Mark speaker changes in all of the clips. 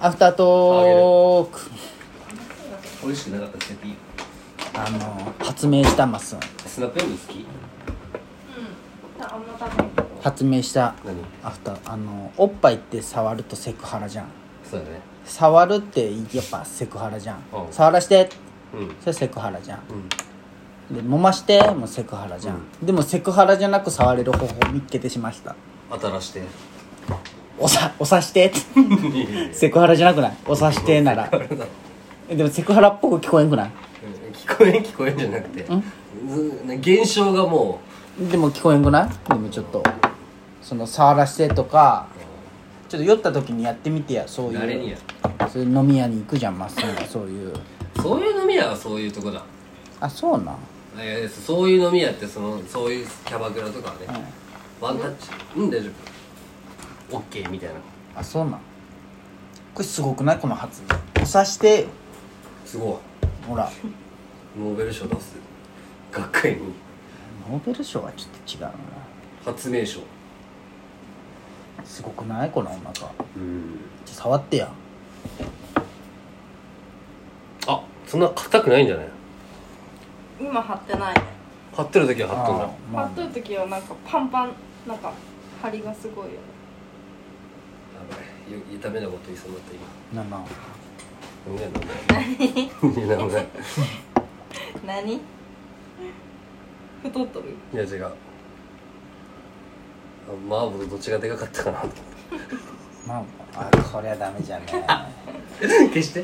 Speaker 1: アフタートーク
Speaker 2: 美味しくなかったら捨てていい
Speaker 1: あの発明したマスン
Speaker 2: スナップエンドウ好き
Speaker 3: あんま食べない
Speaker 1: 発明した
Speaker 2: 何
Speaker 1: アフターあのおっぱいって触るとセクハラじゃん
Speaker 2: そうだね
Speaker 1: 触るってやっぱセクハラじゃん、
Speaker 2: うん
Speaker 1: 触らして
Speaker 2: うん
Speaker 1: それセクハラじゃん
Speaker 2: うん
Speaker 1: で揉ましてもセクハラじゃん、でもセクハラじゃなく触れる方法を見つけてしました
Speaker 2: 新して
Speaker 1: おさおさして セクハラじゃなくないおさしてならえでもセクハラっぽく聞こえんくない
Speaker 2: 聞こえん聞 こえんじゃなくてず現象がも
Speaker 1: でも聞こえんくないでもちょっとその触らしてとかちょっと酔った時にやってみてやそう
Speaker 2: う
Speaker 1: いう
Speaker 2: 慣れにや
Speaker 1: そういう飲み屋に行くじゃんまっすぐそういう
Speaker 2: そういう飲み屋はそういうとこだ
Speaker 1: あそうなん
Speaker 2: いやいやそういう飲み屋ってそのそういうキャバクラとかはね、ワンタッチうん大丈夫オッケーみたいな
Speaker 1: あそうなんこれすごくないこの発明おさして
Speaker 2: すご
Speaker 1: ほら
Speaker 2: いノーベル賞出す学会に
Speaker 1: ノーベル賞はちょっと違う
Speaker 2: 発明賞
Speaker 1: なすごくないこのお腹
Speaker 2: うん
Speaker 1: 触ってや
Speaker 2: あそんな硬くないんじゃない
Speaker 3: 今貼ってない
Speaker 2: 張ってる時は張っとんだ
Speaker 1: ま
Speaker 3: 貼
Speaker 1: あ
Speaker 3: っとる時はなんかパンパンなんか張りがすごいよね
Speaker 2: やばいよダメなこと言いそうになった今
Speaker 1: なな
Speaker 2: 飲めない飲めない
Speaker 3: 何太っとる
Speaker 2: いや違うあ麻婆とどっちがでかかったかなと思っ
Speaker 1: まああこれはダメじゃね
Speaker 2: て決して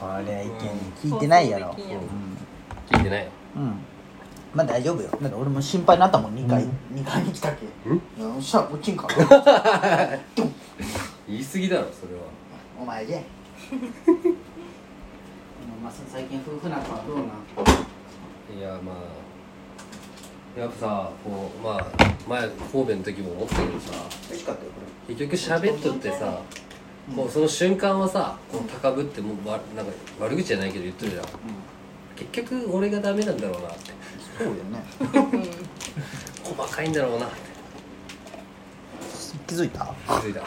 Speaker 1: これは意見聞いてないや
Speaker 3: 放
Speaker 1: ろ
Speaker 3: 送できんやろ
Speaker 2: 聞いてないよ
Speaker 1: うん、うん、まあ大丈夫よだって俺も心配になったもん2回、二回に来たっけ
Speaker 2: うん
Speaker 1: いやそしたらこっちんかドン
Speaker 2: 言い過ぎだろそれは
Speaker 1: お前じゃまさ最近夫婦仲はどうなん
Speaker 2: いやまあやっぱさこうまあ前神戸の時も思ったけどさ
Speaker 1: 美味しかったよこれ
Speaker 2: 結局喋っとってさこうその瞬間はさこう高ぶってもうわなんか悪口じゃないけど言っとるじゃん結局俺がダメなんだろうなって
Speaker 1: そうよね
Speaker 2: 細かいんだろうなって
Speaker 1: 気づいた
Speaker 2: 気づいたいや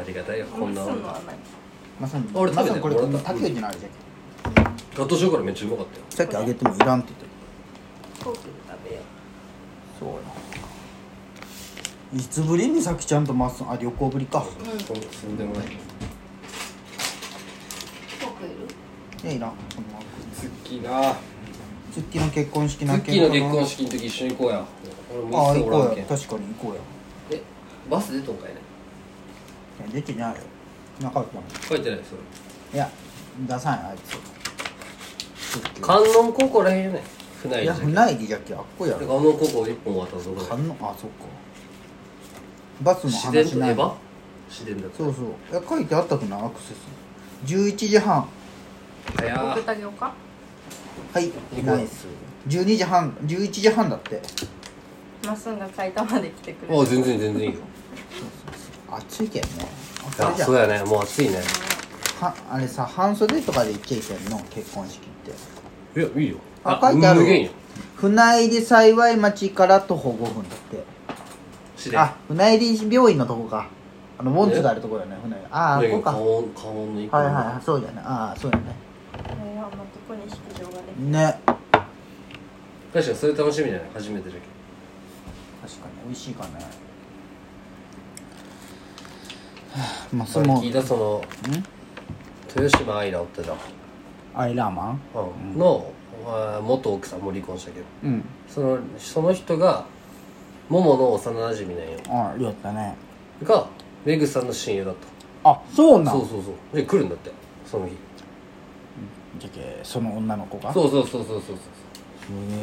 Speaker 2: ありがたいよこ
Speaker 3: うんん
Speaker 2: な
Speaker 3: すんの
Speaker 2: ガ
Speaker 3: はない
Speaker 1: まさに
Speaker 2: 俺食べ
Speaker 1: まさ
Speaker 2: たよ
Speaker 1: にこれ
Speaker 2: もらった
Speaker 1: 竹内のあれじゃん
Speaker 2: トーショコラめっちゃうまかったよ
Speaker 1: さっきあげてもいらんって言って
Speaker 3: フォークで食べよ
Speaker 1: たそうよいつぶりにさきちゃんとマッスンあ旅行ぶりか
Speaker 2: そうそうでもない
Speaker 3: うんフォークいる
Speaker 1: いやいらんその
Speaker 2: ツッキーな
Speaker 1: ツッキーの結婚式
Speaker 2: ツ
Speaker 1: な
Speaker 2: ッキーの結婚
Speaker 1: 式
Speaker 2: 式の時一緒に行こうや俺
Speaker 1: あ
Speaker 2: も
Speaker 1: あ
Speaker 2: 一
Speaker 1: 行
Speaker 2: 切おら
Speaker 1: こ
Speaker 2: ん
Speaker 1: う
Speaker 2: け
Speaker 1: や
Speaker 2: ん
Speaker 1: 確かに行こうや
Speaker 2: えバス出とんかいね
Speaker 1: いや出てないよなかったの
Speaker 2: 書いてないそれ
Speaker 1: いや出さないあいつツッキー
Speaker 2: 観音高校らへんよね船
Speaker 1: い
Speaker 2: 井
Speaker 1: や
Speaker 2: じゃん
Speaker 1: 船入じゃっけあっこや
Speaker 2: 観
Speaker 1: ろ
Speaker 2: 音高校一本渡すとこ
Speaker 1: 観音あそっかバスの
Speaker 2: 自然
Speaker 1: 話
Speaker 2: と
Speaker 1: ない
Speaker 2: エヴァ自然だった
Speaker 1: そうそうえ書いてあったくないアクセス11時半
Speaker 2: 早
Speaker 3: 送
Speaker 2: ー
Speaker 3: ってあげようか
Speaker 1: はい
Speaker 2: い
Speaker 1: ナイス12時半11時半だって
Speaker 3: まっすんが埼玉で来てくれ
Speaker 2: あ
Speaker 3: る
Speaker 2: 全然全然いいよ
Speaker 1: 暑いけんねあそ
Speaker 2: あ
Speaker 1: れじゃ
Speaker 2: そうやねもう暑いね
Speaker 1: はあれさ半袖とかで行けいけんの結婚式って
Speaker 2: いやいいよ
Speaker 1: あ書いてある
Speaker 2: 無限よ
Speaker 1: 船入幸町から徒歩5分だって
Speaker 2: 自然
Speaker 1: あ船入病院のとこかあのウォンツがあるとこよね船入ああ
Speaker 2: だ
Speaker 1: こ
Speaker 2: けど
Speaker 1: こか
Speaker 2: 観音観音の一本
Speaker 1: はいはいはいそうじゃないああそうじゃない
Speaker 3: あれはあんまどこに式場ができ
Speaker 1: ね
Speaker 2: 確かにそれ楽しみじゃない初めてだけど
Speaker 1: 確かに美味しいかね はあまあ
Speaker 2: そ
Speaker 1: そ
Speaker 2: れ
Speaker 1: の
Speaker 2: 聞いたその豊島愛らおったじゃん、
Speaker 1: アイラーマン
Speaker 2: うん、のあー元奥さんも離婚したけど
Speaker 1: うん
Speaker 2: そのその人がももの幼馴染みなんよ
Speaker 1: ありょうたね
Speaker 2: がメグさんの親友だっ
Speaker 1: あそう
Speaker 2: た
Speaker 1: なん
Speaker 2: そうそうそうで来るんだってその日
Speaker 1: じゃけその女の子が
Speaker 2: そうそうそうそうそうそう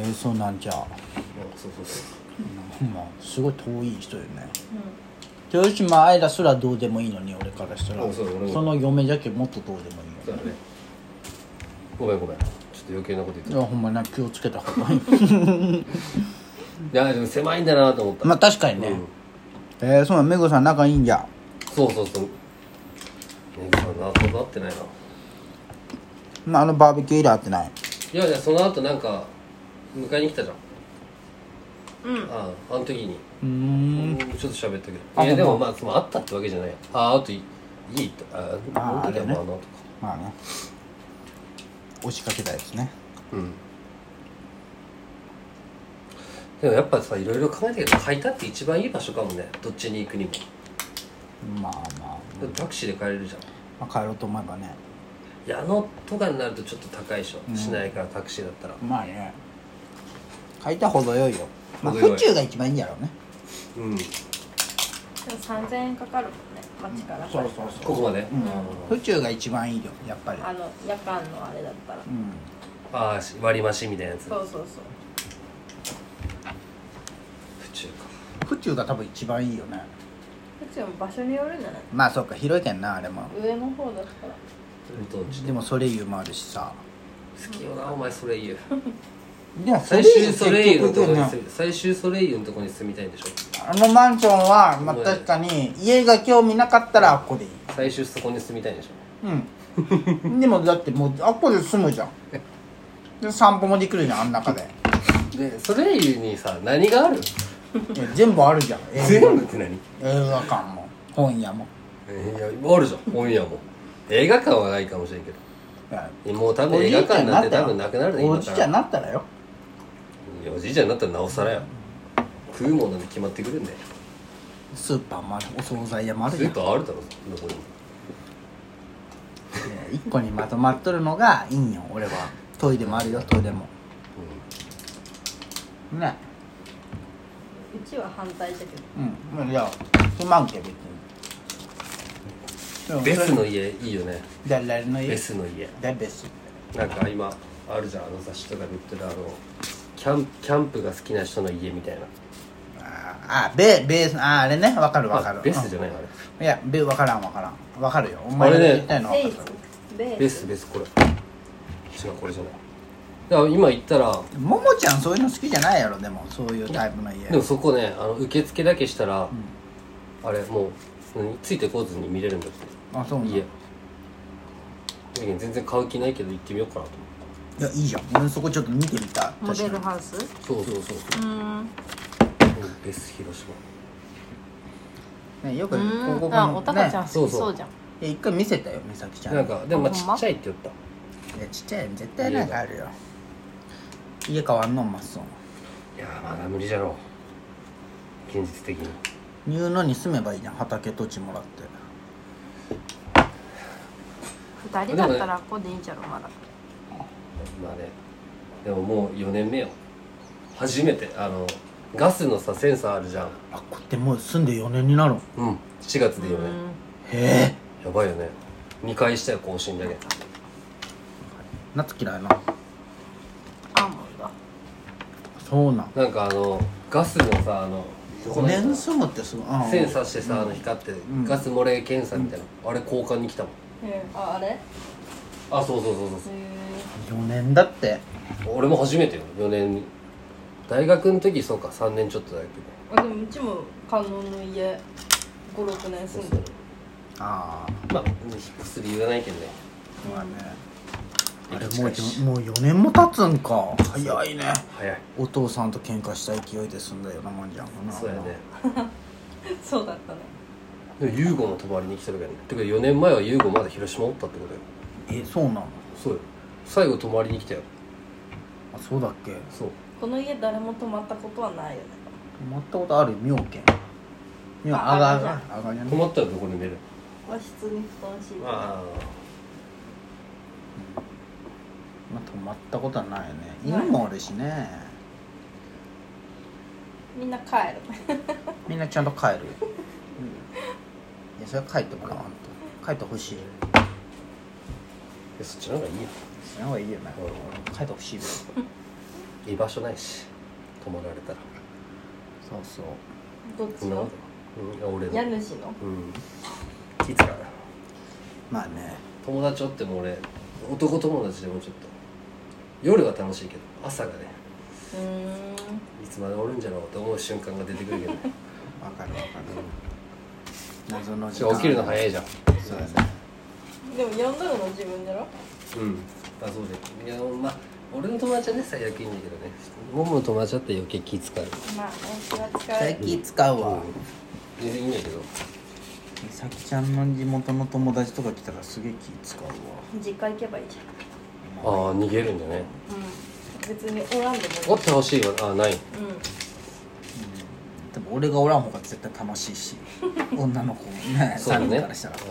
Speaker 1: へえそうなんじゃ
Speaker 2: うんそうそうそう
Speaker 1: まあすごい遠い人よね
Speaker 3: う
Speaker 1: 豊島愛らすらどうでもいいのに俺からしたら
Speaker 2: うんそう俺も
Speaker 1: その嫁じゃけもっとどうでもいい
Speaker 2: そう
Speaker 1: よ
Speaker 2: だねごめんごめんちょっと余計なこと言って
Speaker 1: い
Speaker 2: た
Speaker 1: やほんまな気をつけた方がいい
Speaker 2: いやでも狭いんだなと思った、
Speaker 1: まあ確かにね、
Speaker 2: うん、
Speaker 1: えー、そうなんめぐさん仲いいんじゃ
Speaker 2: そうそうそうメグさんななってないな
Speaker 1: まああのバーベキュー以来会ってない
Speaker 2: いやいやその後なんか迎えに来たじゃん
Speaker 3: んうん
Speaker 2: あああの時に
Speaker 1: うーん
Speaker 2: ちょっと喋ったけど
Speaker 1: あ
Speaker 2: いやで
Speaker 1: ほ
Speaker 2: も
Speaker 1: ん
Speaker 2: まあそのあったってわけじゃないよああといいいとあ
Speaker 1: あー
Speaker 2: 本当だよ
Speaker 1: あれね
Speaker 2: なとか
Speaker 1: まあね押しかけたやつね
Speaker 2: うんでもやっぱさいろいろ考えたけど配達って一番いい場所かもねどっちに行くにも
Speaker 1: まあま
Speaker 2: タクシーで帰れるじゃん
Speaker 1: あ、まあ、帰ろうと思えばね
Speaker 2: 矢野とかになるとちょっと高いでしょ、
Speaker 1: うん
Speaker 2: しないからタクシーだったら
Speaker 1: まあね書いたほど良いよまあ
Speaker 2: 程よ
Speaker 1: 府
Speaker 2: い
Speaker 1: 中が一番いいんやろうね
Speaker 2: うん
Speaker 3: でも3000円かかるもんね街から
Speaker 1: そうそうそう
Speaker 2: ここまで、
Speaker 1: うん府中が一番いいよやっぱり
Speaker 3: あの夜間のあれだったら
Speaker 1: うん
Speaker 2: ああ割り増しみたいなやつ
Speaker 3: そうそうそう
Speaker 2: 府中か
Speaker 1: 府中が多分一番いいよね
Speaker 3: うちも場所によるんじゃない
Speaker 1: まあそうか広いけんなあれも
Speaker 3: 上の方だったら
Speaker 2: うどんち
Speaker 1: でもソレイユもあるしさ
Speaker 2: 好きよなお前ソレイユ
Speaker 1: で
Speaker 2: 最終ソレイユの
Speaker 1: 結
Speaker 2: とこ
Speaker 1: 局
Speaker 2: に
Speaker 1: ね
Speaker 2: 住み最終ソレイユのとこに住みたいんでしょ
Speaker 1: あのマンションは、まあ、確かに家が興味なかったらあっこでいい
Speaker 2: 最終そこに住みたいんでしょ
Speaker 1: う んでもだってもうあっこで住むじゃんで散歩もできるじゃんあん中 で
Speaker 2: でソレイユにさ何がある
Speaker 1: いや全部あるじゃん映
Speaker 2: 全
Speaker 1: 画
Speaker 2: 部って何
Speaker 1: 映画館も本屋も
Speaker 2: いやあるじゃん本屋も映画館はないかもしれんけ
Speaker 1: いや
Speaker 2: どもう多分映画館なんて多分なくなるね
Speaker 1: お
Speaker 2: 今
Speaker 1: じい
Speaker 2: か
Speaker 1: ちゃんに
Speaker 2: ら
Speaker 1: なったらよ
Speaker 2: いやおじいちゃんになったらなおさらや食うものに決まってくるんだよ
Speaker 1: スーパーもあるお惣菜屋もある
Speaker 2: ス
Speaker 1: じゃん
Speaker 2: ーパーあるだろどこにも
Speaker 1: ね一個にまとまっとるのがいいんよ俺はトイレもあるよトイレもね
Speaker 3: うちは反対だけど
Speaker 1: うんまあいやすまんけ別にで
Speaker 2: う
Speaker 1: も
Speaker 2: んベスの家いいよね
Speaker 1: 誰々の家
Speaker 2: ベスの家
Speaker 1: 誰ベス
Speaker 2: なんか今あるじゃんあの雑誌とかで売ってるあのキャンキャンプが好きな人の家みたいな
Speaker 1: ああベベースあああれねわかるわかる
Speaker 2: あベスじゃないいのあれ
Speaker 1: いやベわからんわからんわかるよお前
Speaker 2: あ
Speaker 1: が
Speaker 2: れね
Speaker 1: 言いたいのは
Speaker 3: ベ
Speaker 1: 分
Speaker 3: ー
Speaker 1: か
Speaker 3: スベース
Speaker 2: ベスベスこれ違うこれじゃないだから今言ったら
Speaker 1: るももちゃんそういうの好きじゃないやろでもそういうタイプの家
Speaker 2: でもそこねあの受付だけしたら、あれもう何ついてこずに見れるんだって
Speaker 1: あそうなんだ
Speaker 2: 家だけど全然買う気ないけど行ってみようかなと
Speaker 1: いやいいじゃん俺そこちょっと見てみたい
Speaker 3: モデル
Speaker 1: 確か
Speaker 3: ハウスう
Speaker 2: 思ってそうそうそう
Speaker 3: ーん
Speaker 2: ベス広島
Speaker 1: にねよ
Speaker 3: う
Speaker 1: く
Speaker 3: ー
Speaker 1: 広
Speaker 3: ん
Speaker 1: 告
Speaker 3: あ
Speaker 1: の
Speaker 3: おたかちゃん
Speaker 1: ね
Speaker 3: 好きそうじゃん
Speaker 1: いや一回見せたよ美咲ちゃんに
Speaker 2: なんかでもまあ
Speaker 3: ほ
Speaker 2: ち
Speaker 3: んま
Speaker 2: っちゃいって言った
Speaker 1: いやちっちゃいの絶対なんかあるよ家変わんのまっすぐ
Speaker 2: いやーまだ無理じゃろう現実的に
Speaker 1: ニューノに住めばいいじゃん畑土地もらって
Speaker 3: 二人だったらここでいいじゃろまだ
Speaker 2: まあねでももう4年目よ初めてあのガスのさセンサーあるじゃん
Speaker 1: あこってもう住んで4年になるん
Speaker 2: うん7月で4
Speaker 3: う
Speaker 2: 年
Speaker 3: ん
Speaker 1: へえ
Speaker 2: やばいよね2回したよ更新だけ
Speaker 1: 夏嫌いな
Speaker 3: アーモンド
Speaker 1: そうなん
Speaker 2: なんかあのガスのさあの
Speaker 1: 5年住むってすごいうん
Speaker 2: センサーしてさ、あの光って、
Speaker 1: ん
Speaker 2: ガス漏れ検査みたいな、あれ交換に来たもん
Speaker 3: えああれへ
Speaker 2: あそうそうそうそうそう
Speaker 1: 4年だって
Speaker 2: 俺も初めてよ4年大学の時そうか3年ちょっとだけど
Speaker 3: あでもうちも観音の家56年
Speaker 2: そ
Speaker 3: 住
Speaker 2: う
Speaker 3: ん
Speaker 2: そ
Speaker 3: で
Speaker 2: う
Speaker 3: る
Speaker 1: ああ
Speaker 2: まあ引っ越す理由はないけどね
Speaker 1: まあねあれ
Speaker 2: 駅
Speaker 1: もう
Speaker 2: 近いし
Speaker 1: じもう4年も経つんか早いね
Speaker 2: 早い
Speaker 1: お父さんと喧嘩した勢いで済んだようなもんじゃんかな
Speaker 2: そうやね
Speaker 3: そうだったね
Speaker 2: でもユーゴも泊まりに来てるけどねてか4年前はユーゴまだ広島おったってことよ
Speaker 1: えそうなの
Speaker 2: そうよ最後泊まりに来たよ
Speaker 1: あそうだっけ
Speaker 2: そう
Speaker 3: この家誰も泊まったことはないよね
Speaker 1: 泊まったことある妙見妙
Speaker 3: あ
Speaker 1: あがあ
Speaker 3: あ
Speaker 1: が
Speaker 3: が
Speaker 1: あがじゃ
Speaker 2: 泊
Speaker 1: ね
Speaker 2: まったらどこで寝る
Speaker 3: 和室に布団敷いて
Speaker 2: あ
Speaker 1: まあ泊まったことはないよね犬もおるしね
Speaker 3: みんな帰る
Speaker 1: みんなちゃんと帰るよ、いやそれは帰ってもらわんと帰ってほしい
Speaker 2: あそっちの方がいいよ
Speaker 1: その方がいいよね
Speaker 2: う
Speaker 1: 帰ってほしいよ
Speaker 2: 居場所ないし泊まられたら
Speaker 1: そうそう
Speaker 3: どっち
Speaker 2: そんなこ
Speaker 3: の
Speaker 2: とうんいや俺の
Speaker 3: 家主の
Speaker 2: うんいつか
Speaker 1: まあね
Speaker 2: 友達おっても俺男友達でもちょっと夜は楽しいけど朝がね
Speaker 3: うーん
Speaker 2: いつまでおるんじゃろうって思う瞬間が出てくるけどね
Speaker 1: わかるわかる謎の
Speaker 2: しかも起きるの 早いじゃん
Speaker 1: そうやね
Speaker 3: でも呼んだの自分だろ
Speaker 2: うんあそうでいやまあ俺の友達はね最悪いいんだけどねモモの友達だって余計気使う
Speaker 3: まあ私は使
Speaker 1: 最
Speaker 3: う
Speaker 1: 近使うわ、
Speaker 2: 全然いいんだけど
Speaker 1: 美咲ちゃんの地元の友達とか来たらすげえ気使うわ
Speaker 3: 実家行けばいいじ
Speaker 2: ああ逃げるんだね
Speaker 3: ゃんうん別におらんで
Speaker 2: お
Speaker 3: もい
Speaker 2: ってほしいわあない
Speaker 3: いうん
Speaker 1: でも俺がおらん方が絶対楽しい し女の子ね
Speaker 2: そうだ
Speaker 1: 3
Speaker 2: ね、
Speaker 1: 人
Speaker 2: う
Speaker 1: か
Speaker 2: ん、
Speaker 1: らし
Speaker 2: そ
Speaker 1: た
Speaker 2: う
Speaker 1: ら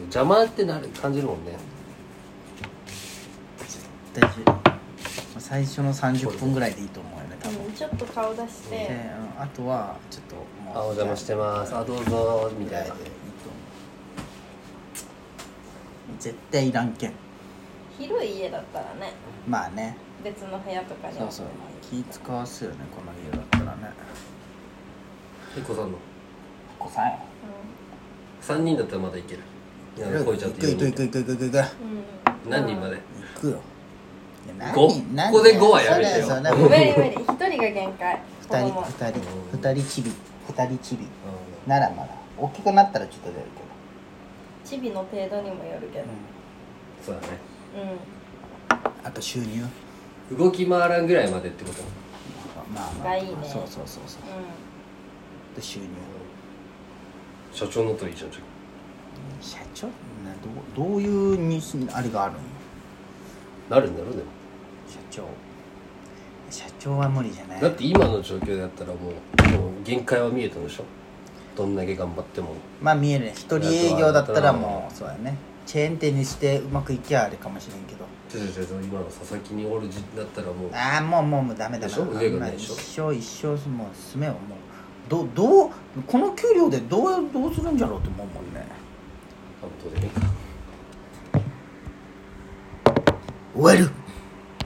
Speaker 2: 邪魔ってなる感じるもんね
Speaker 1: 大丈夫最初の30分ぐらいでいいと思うよね多分、
Speaker 3: うんちょっと顔出して、
Speaker 1: でうんあとはちょっと
Speaker 2: あお邪魔してますあどうぞみたいな
Speaker 1: 絶対いらんけん
Speaker 3: 広い家だったらね
Speaker 1: まあね
Speaker 3: 別の部屋とかに
Speaker 1: そうそう気使わすよねこの家だったらね
Speaker 2: 一個さんの
Speaker 1: お子さんや
Speaker 2: 三人だったらまだいけるいや超えちゃっ
Speaker 1: 行
Speaker 2: て
Speaker 1: く
Speaker 2: い
Speaker 1: 行
Speaker 2: い
Speaker 1: く行く行く行く行く行
Speaker 3: うん、うん、
Speaker 2: 何人まで
Speaker 1: くよ
Speaker 2: 五ここで五はやめてよ
Speaker 3: 無理無理一人が限界
Speaker 1: 二人
Speaker 3: 子供
Speaker 1: 二人
Speaker 2: うん
Speaker 1: 二人きり二人きり
Speaker 2: う
Speaker 1: ならまだ大きくなったらちょっと出る
Speaker 3: チビの程度にもよるけど
Speaker 1: けど、
Speaker 2: んそうだね
Speaker 3: うん
Speaker 1: あと収入
Speaker 2: 動き回らんぐらいまでってこと
Speaker 1: まあま
Speaker 3: が
Speaker 1: あ
Speaker 3: いいね
Speaker 1: そうそうそうそう
Speaker 3: う
Speaker 1: で収入
Speaker 2: 社長のといいじゃんじゃ
Speaker 1: 社長などうどういうにあれがあるんよ
Speaker 2: あなるんだろうでも
Speaker 1: 社長社長は無理じゃない
Speaker 2: だって今の状況だったらもうもう限界は見えたんでしょどんだけ頑張っても
Speaker 1: まあ見えるね一人営業だったらもうそうやねチェーン店にしてうまくいきゃあれかもしれんけど
Speaker 2: ちょちょちょ今の佐々木におるじだったらもう
Speaker 1: ああもうもうもうダメだ
Speaker 2: でしょ上がないでし
Speaker 1: 一
Speaker 2: ょ
Speaker 1: 生一生もう住めよもうどうどうこの給料でどうどうするんじゃろうと思うもんね
Speaker 2: あどうでもいいか
Speaker 1: 終わる